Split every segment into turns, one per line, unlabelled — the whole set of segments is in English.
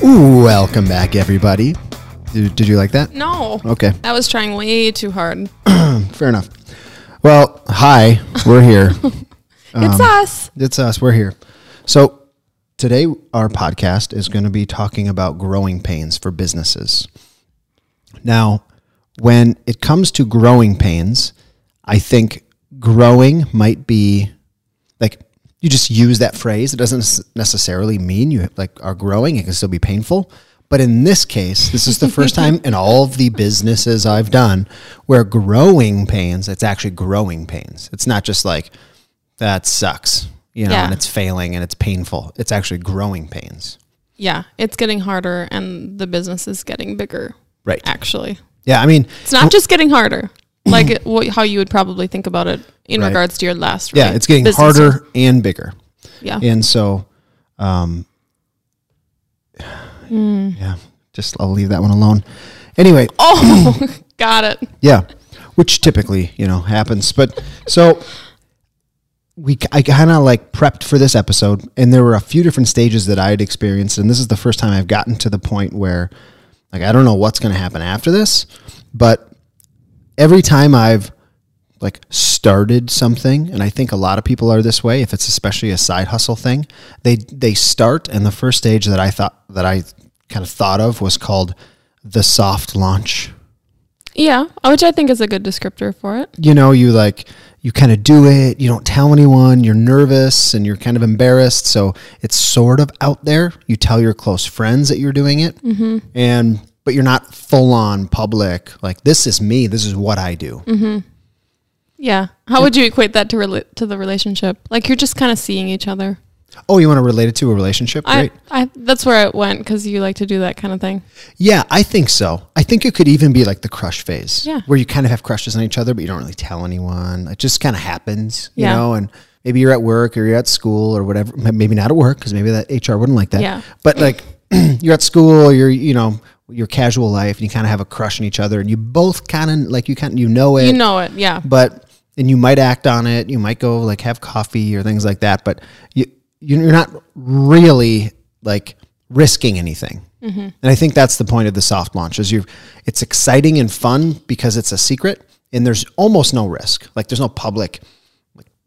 Welcome back, everybody. Did, did you like that?
No.
Okay,
I was trying way too hard.
fair enough. Well, hi, we're here. Uh-huh.
it's us.
it's us. We're here. So today, our podcast is going to be talking about growing pains for businesses. Now, when it comes to growing pains, I think growing might be like you just use that phrase. It doesn't s- necessarily mean you like are growing. It can still be painful. But in this case, this is the first time in all of the businesses I've done where growing pains, it's actually growing pains. It's not just like that sucks, you know,
Yeah.
and it's failing and it's painful. It's actually growing pains.
Yeah, it's getting harder and the business is getting bigger,
Right.
actually.
Yeah. I mean,
It's not just getting harder, like it- wh- how you would probably think about it in
Right.
regards to your last.
yeah,
right,
it's getting
business
harder and bigger.
Yeah.
And so, um, yeah, just I'll leave that one alone. Anyway,
Oh, got it.
yeah, which typically you know happens. But so we, I kind of like prepped for this episode, and there were a few different stages that I had experienced, and this is the first time I've gotten to the point where, like, I don't know what's going to happen after this, but every time I've like started something and I think a lot of people are this way if it's especially a side hustle thing they they start and the first stage that I thought that I kind of thought of was called the soft launch
Yeah, which I think is a good descriptor for it.
you know, you like you kind of do it, you don't tell anyone, you're nervous and you're kind of embarrassed, so it's sort of out there. You tell your close friends that you're doing it, and but you're not full on public. Like this is me, this is what I do.
Yeah. How would you equate that to rela- to the relationship? Like you're just kind of seeing each other.
Oh, you want to relate it to a relationship? Great.
I, I that's where it went because you like to do that kind of thing.
Yeah, I think so. I think it could even be like the crush phase,
Yeah.
where you kind of have crushes on each other, but you don't really tell anyone. It just kind of happens, you
Yeah.
know. And maybe you're at work or you're at school or whatever. M- Maybe not at work because maybe that HR wouldn't like that.
Yeah.
But like, you're at school, or you're you know your casual life, and you kind of have a crush on each other, and you both kind of like you kind you know it
You know it. Yeah.
but and you might act on it. You might go like have coffee or things like that. But you you're not really like risking anything. And I think that's the point of the soft launch is you. It's exciting and fun because it's a secret and there's almost no risk. Like there's no public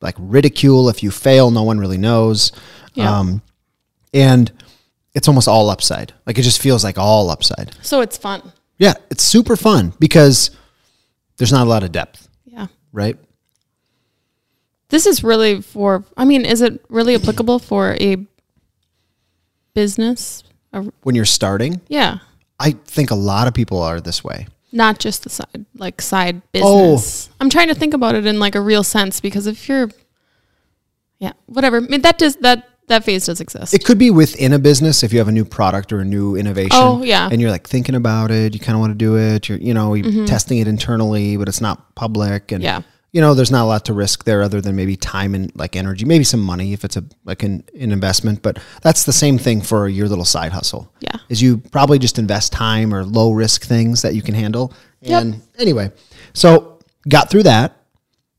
like ridicule if you fail. No one really knows.
Yeah.
Um, and it's almost all upside. Like it just feels like all upside.
So it's fun.
Yeah, it's super fun because there's not a lot of depth,
Yeah.
right?
This is really for, I mean, is it really applicable for a business? A,
when you're starting.
yeah.
I think a lot of people are this way.
Not just the side, like side
Oh.
business. I'm trying to think about it in like a real sense because if you're, yeah, whatever. I mean, that does, that, that phase does exist.
It could be within a business if you have a new product or a new innovation.
Oh, yeah. Mm-hmm.
And you're like thinking about it, you kind of want to do it, you're you know, you're testing it internally, but it's not public and
Yeah.
you know, there's not a lot to risk there other than maybe time and like energy, maybe some money if it's a like an, an investment, but that's the same thing for your little side hustle.
Yeah.
Is you probably just invest time or low risk things that you can handle.
Yep.
And anyway, so got through that.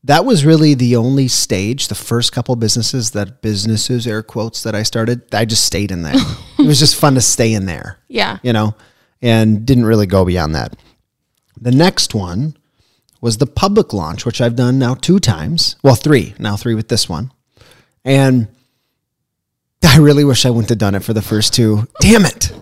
that was really the only stage the first couple businesses that businesses air quotes that i started i just stayed in there it was just fun to stay in there
yeah.
you know and didn't really go beyond that the next one was the public launch which i've done now two times well three now three with this one and i really wish i wouldn't have done it for the first two damn it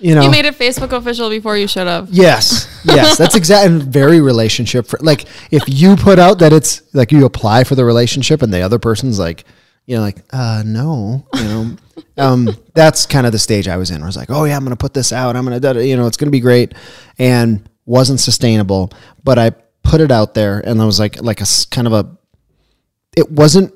you know
You made it Facebook official before you should have.
Yes, yes, that's exactly very relationship. For, like if you put out that it's like you apply for the relationship and the other person's like, you know, like uh, no, you know, um, that's kind of the stage I was in. Where I was like, oh yeah, I'm gonna put this out. I'm gonna, da- da- you know, it's gonna be great, and wasn't sustainable. But I put it out there, and I was like, like a s- kind of a, it wasn't.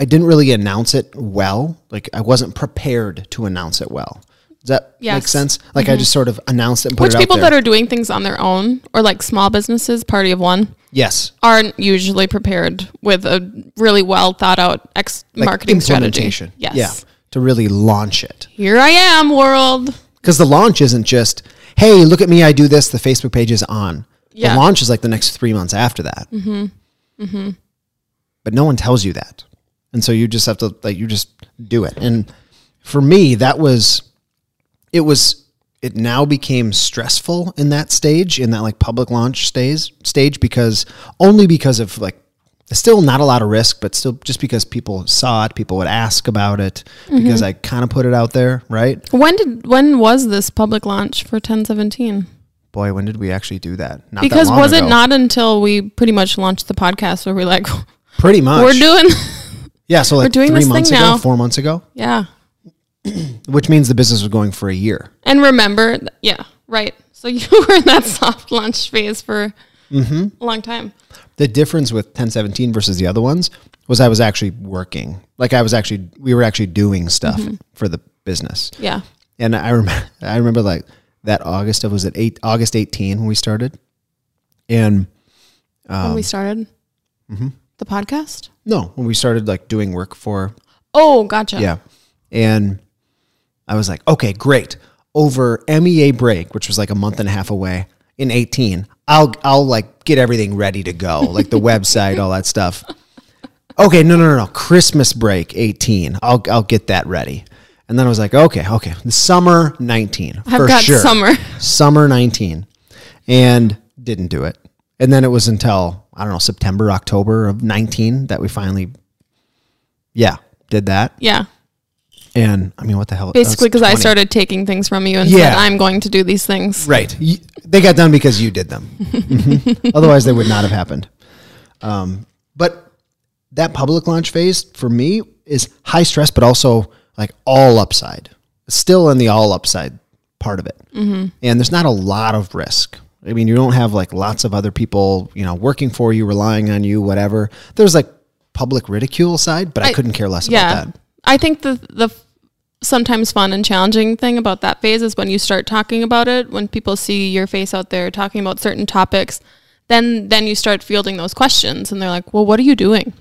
I didn't really announce it well. Like I wasn't prepared to announce it well. Does that make
Yes. Mm-hmm.
sense? Like I just sort of announced it and put
Which
it out
people
there.
that are doing things on their own or like small businesses, party of one,
Yes.
aren't usually prepared with a really well thought out ex- marketing strategy.
implementation.
Yes.
Yeah. To really launch it.
Here I am, world.
Because the launch isn't just, hey, look at me, I do this, the Facebook page is on.
Yeah.
The launch is like the next three months after that. Mm-hmm. Mm-hmm. But no one tells you that. And so you just have to, like, you just do it. And for me, that was, it was it now became stressful in that stage in that like public launch stage stage because only because of like still not a lot of risk but still just because people saw it people would ask about it because i kind of put it out there right
When did when was this public launch for 1017?
boy when did we actually do that not that
Because
long
was it
ago.
not until we pretty much launched the podcast where we're like
pretty much
we're doing
yeah so like
doing
three
this
months
thing
ago
now.
four months ago
yeah.
which means the business was going for a year
And remember th- yeah, right. So you were in that soft launch phase for
Mm-hmm.
a long time.
the difference with 1017 versus the other ones was I was actually working. Like I was actually, we were actually doing stuff
Mm-hmm.
for the business.
Yeah.
And I remember, I remember like that August of, was it eight, August 18 when we started? And
when
Um,
we started
mm-hmm.
the podcast?
no, when we started like doing work for,
Oh, gotcha.
yeah. And I was like, okay, great. Over MEA break, which was like a month and a half away in 18, I'll, I'll like get everything ready to go, like the website, all that stuff. okay, no, no, no, no. Christmas break, 18. I'll, I'll get that ready. And then I was like, okay, okay. The summer 19.
I've
for
got
sure.
summer.
Summer 19. And didn't do it. And then it was until, I don't know, September, October of 19 that we finally, yeah, did that.
Yeah.
And I mean, what the hell? that's
Basically because I
20.
started taking things from you and
Yeah.
said I'm going to do these things.
Right. Y- They got done because you did them. Mhm. Otherwise, they would not have happened. Um, but that public launch phase for me is high stress, but also like all upside. Still in the all upside part of it.
Mm-hmm.
And there's not a lot of risk. I mean, you don't have like lots of other people, you know, working for you, relying on you, whatever. There's like public ridicule side, but I, couldn't care less
yeah.
about that.
I think the the f- sometimes fun and challenging thing about that phase is when you start talking about it, when people see your face out there talking about certain topics, then then you start fielding those questions and they're like, "Well, what are you doing?"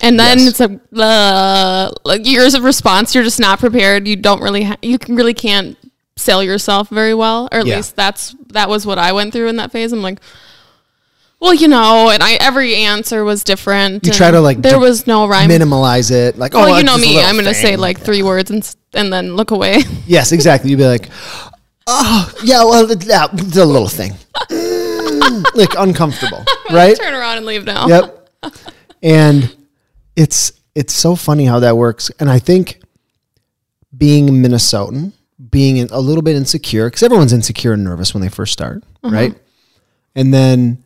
And then
Yes.
it's like, uh, like years of response. You're just not prepared. You don't really, ha- you can, really can't sell yourself very well, or at
Yeah.
least that's that was what I went through in that phase. I'm like, well, you know, and I every answer was different.
You
and
try to, like,
there
de-
was no rhyme.
Minimalize it. Like, oh,
well, you
it's
know
just a
me.
little
I'm going to say
thing.
like three words and s- and then look away.
Yes, exactly. You'd be like, oh, yeah, well, th- that the little thing. Mm, like uncomfortable, right?
Turn around and leave now.
Yep. And it's it's so funny how that works. And I think being a Minnesotan, being in- a little bit insecure, because everyone's insecure and nervous when they first start, right? And then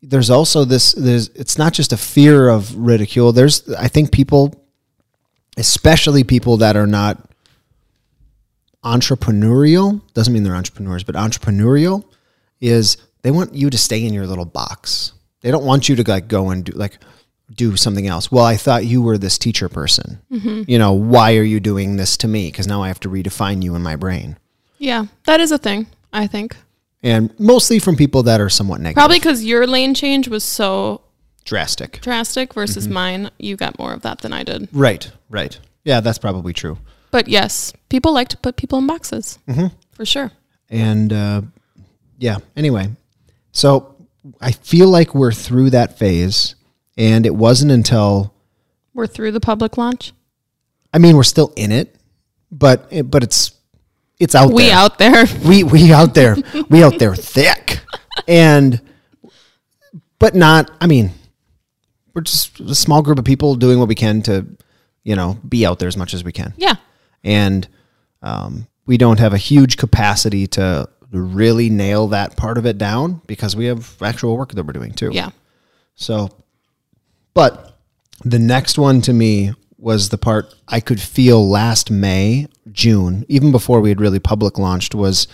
there's also this there's it's not just a fear of ridicule. There's I think people, especially people that are not entrepreneurial doesn't mean they're entrepreneurs, but entrepreneurial is they want you to stay in your little box. They don't want you to like go and do like do something else. Well, I thought you were this teacher person.
Mm-hmm.
You know, why are you doing this to me? Because now I have to redefine you in my brain,
Yeah, that is a thing. I think
and mostly from people that are somewhat negative,
probably because your lane change was so
drastic.
drastic versus mine. You got more of that than I did.
Right, right. Yeah, that's probably true.
But yes, people like to put people in boxes for sure.
And uh, yeah, anyway, so I feel like we're through that phase, and it wasn't until
We're through the public launch.
I mean, we're still in it, but but it's it's out
We
there.
out there.
we we out there. we out there thick, and but not. I mean, we're just a small group of people doing what we can to, you know, be out there as much as we can,
yeah,
and um, we don't have a huge capacity to really nail that part of it down because we have actual work that we're doing too.
yeah.
So, but the next one to me was the part I could feel last May, June, even before we had really public launched, was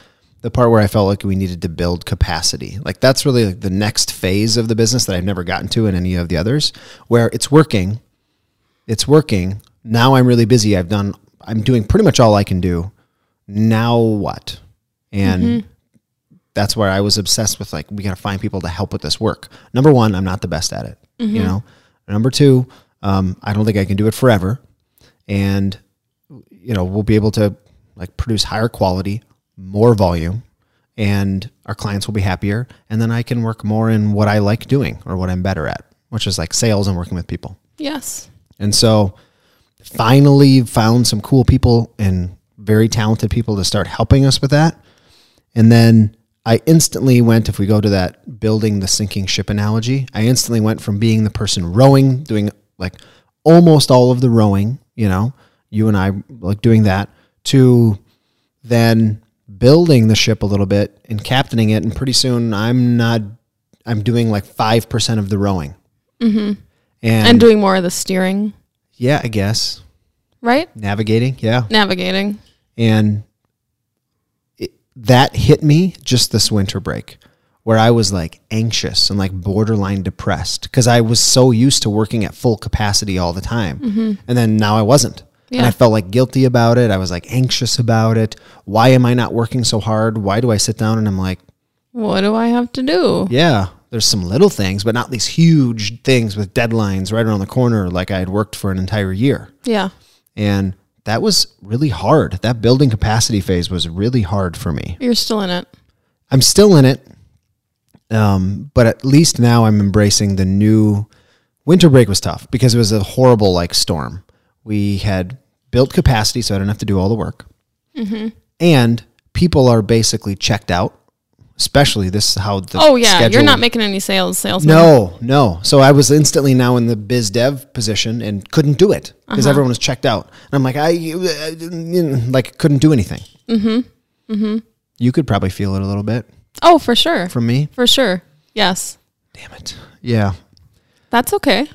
the part where I felt like we needed to build capacity. Like that's really like the next phase of the business that I've never gotten to in any of the others, where it's working, it's working. Now I'm really busy. I've done, I'm doing pretty much all I can do. Now what? And that's where I was obsessed with like we got to find people to help with this work. Number one, I'm not the best at it. You know. Number two, um, I don't think I can do it forever, and you know we'll be able to like produce higher quality, more volume, and our clients will be happier. And then I can work more in what I like doing or what I'm better at, which is like sales and working with people.
Yes.
And so finally found some cool people and very talented people to start helping us with that. And then I instantly went, if we go to that building the sinking ship analogy, I instantly went from being the person rowing, doing like almost all of the rowing, you know, you and I like doing that, to then building the ship a little bit and captaining it. And pretty soon I'm not, I'm doing like 5% of the rowing. Mm-hmm. And,
and doing more of the steering,
yeah, I guess
right?
navigating. Yeah.
Navigating.
And it, that hit me just this winter break where I was like anxious and like borderline depressed because I was so used to working at full capacity all the time. And then now I wasn't. And
Yeah.
I felt like guilty about it. I was like anxious about it. Why am I not working so hard? Why do I sit down and I'm like,
What do I have to do?
yeah, there's some little things, but not these huge things with deadlines right around the corner like I had worked for an entire year.
Yeah.
And that was really hard. That building capacity phase was really hard for me.
You're still in it.
I'm still in it, um, but at least now I'm embracing the new. Winter break was tough because it was a horrible like storm. We had built capacity, so I didn't have to do all the work.
Mm-hmm.
And people are basically checked out, especially this is how the
Oh yeah,
schedule
you're not making any sales. Sales.
no, no. So I was instantly now in the biz dev position and couldn't do it because everyone was checked out. And I'm like, I uh, like couldn't do anything. Mm-hmm. Mm-hmm. You could probably feel it a little bit
Oh, for sure.
from me.
For sure. Yes.
Damn it. Yeah.
That's okay.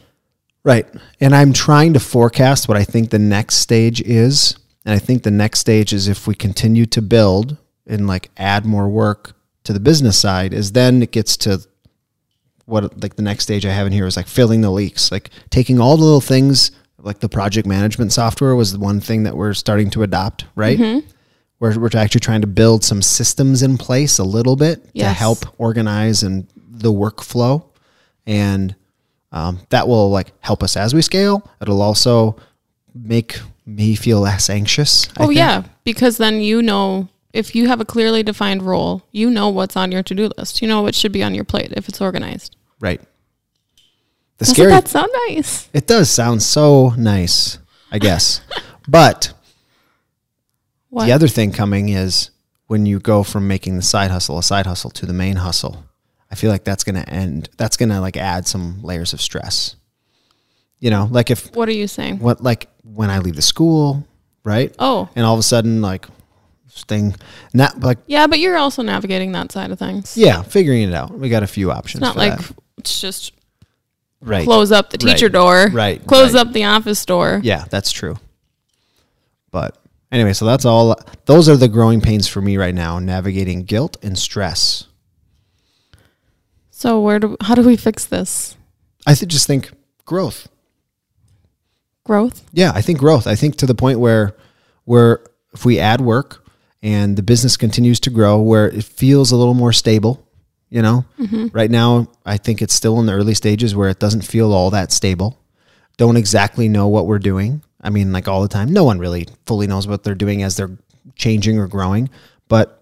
Right. And I'm trying to forecast what I think the next stage is. And I think the next stage is if we continue to build and like add more work to the business side, is then it gets to what like the next stage I have in here is like filling the leaks, like taking all the little things, like the project management software was the one thing that we're starting to adopt, right? We're, we're actually trying to build some systems in place a little bit to
Yes.
help organize and the workflow. And um, that will like help us as we scale. It'll also make me feel less anxious. I
Oh
think.
yeah, because then you know if you have a clearly defined role, you know what's on your to-do list. You know what should be on your plate if it's organized.
Right. The
Doesn't
scary
that sound nice?
it does sound so nice, I guess. but
What?
The other thing coming is when you go from making the side hustle a side hustle to the main hustle. I feel like that's going to end. That's going to like add some layers of stress. You know, like if
What are you saying?
what like when I leave the school, right?
Oh
And all of a sudden, like thing, not like
yeah, but you're also navigating that side of things.
yeah, figuring it out. We got a few options.
Not
for
like
that.
it's just
right.
close up the
Right.
teacher door,
Right.
Close
Right.
up the office door.
Yeah, that's true. But anyway, so that's all. Those are the growing pains for me right now: navigating guilt and stress.
So where do how do we fix this
I th- just think growth.
growth?
Yeah, I think growth. I think to the point where where if we add work and the business continues to grow, where it feels a little more stable, you know. Right now, I think it's still in the early stages where it doesn't feel all that stable. Don't exactly know what we're doing. I mean, like all the time, no one really fully knows what they're doing as they're changing or growing. But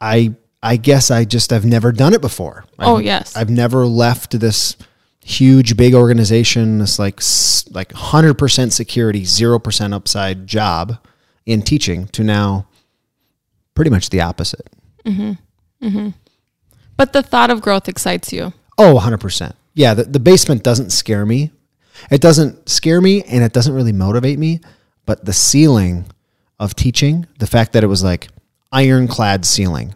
I, I guess I just I've never done it before.
Oh,
I've-
yes.
I've never left this huge big organization this like s- like 100% security 0% upside job in teaching to now pretty much the opposite
But the thought of growth excites you.
oh 100% yeah the, the basement doesn't scare me it doesn't scare me and it doesn't really motivate me but the ceiling of teaching the fact that it was like ironclad ceiling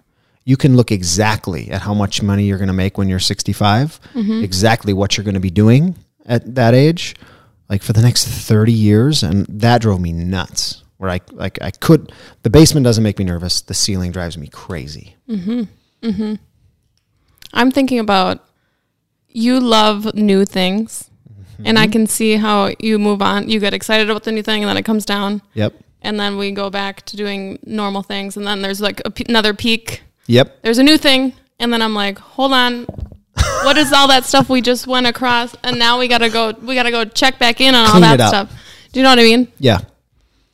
you can look exactly at how much money you're going to make when you're 65
Mm-hmm.
exactly what you're going to be doing at that age like for the next 30 years and that drove me nuts where i like i could the basement doesn't make me nervous the ceiling drives me crazy
Mm. I'm thinking about you love new things,
Mm-hmm.
and I can see how you move on. You get excited about the new thing, and then it comes down,
yep
and then we go back to doing normal things, and then there's like a pe- another peak.
yep
There's a new thing, and then I'm like, hold on. what is all that stuff we just went across and now we gotta go we gotta go check back in on
Clean
all
it
that
up.
stuff do you know what i mean
yeah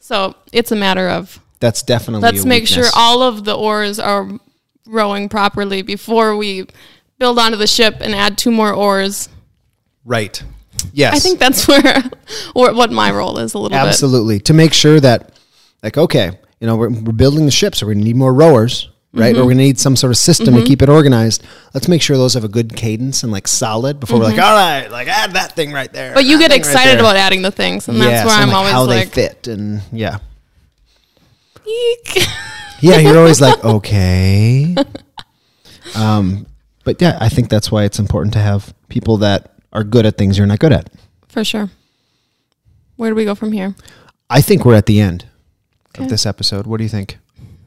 so it's a matter of
that's definitely
let's
a
make sure
weakness.
all of the oars are rowing properly before we build onto the ship and add two more oars.
Right. Yes.
I think that's where, or what my role is a little
absolutely to make sure that like okay, you know, we're, we're building the ship, so we're going to need more rowers, right?
Mm-hmm.
Or we're going to need some sort of system to keep it organized. Let's make sure those have a good cadence and like solid before we're like, all right, like add that thing right there.
Mm-hmm. But you
that
get
thing right
excited
there."
about adding the things, and
Yes,
that's where
and,
I'm
like,
always
how
like,
they fit and yeah,
"Eek."
yeah. You're always like, okay. Um, but yeah, I think that's why it's important to have people that are good at things you're not good at.
for sure. Where do we go from here?
I think we're at the end
Okay.
of this episode. What do you think?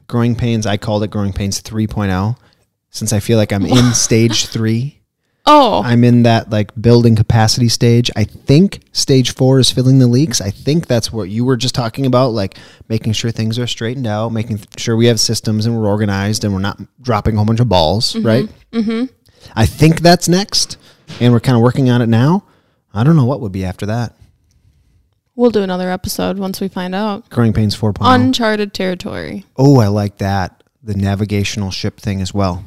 Growing Pains, I called it Growing Pains 3.0 since I feel like I'm in stage three.
Oh,
I'm in that like building capacity stage. I think stage four is filling the leaks. I think that's what you were just talking about, like making sure things are straightened out, making th- sure we have systems and we're organized and we're not dropping a whole bunch of balls, right? Mm-hmm. I think that's next. And we're kind of working on it now. I don't know what would be after that.
we'll do another episode once we find out.
Growing Pains oh. 4.0.
Uncharted territory.
Oh, I like that. The navigational ship thing as well.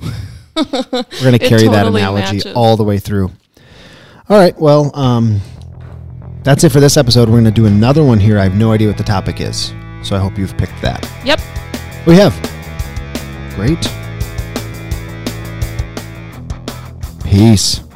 We're going to
It
carry that
totally
analogy
matches.
all the way through. All right. Well, um, that's it for this episode. We're going to do another one here. I have no idea what the topic is. So I hope you've picked that.
Yep.
We have. Great. Peace.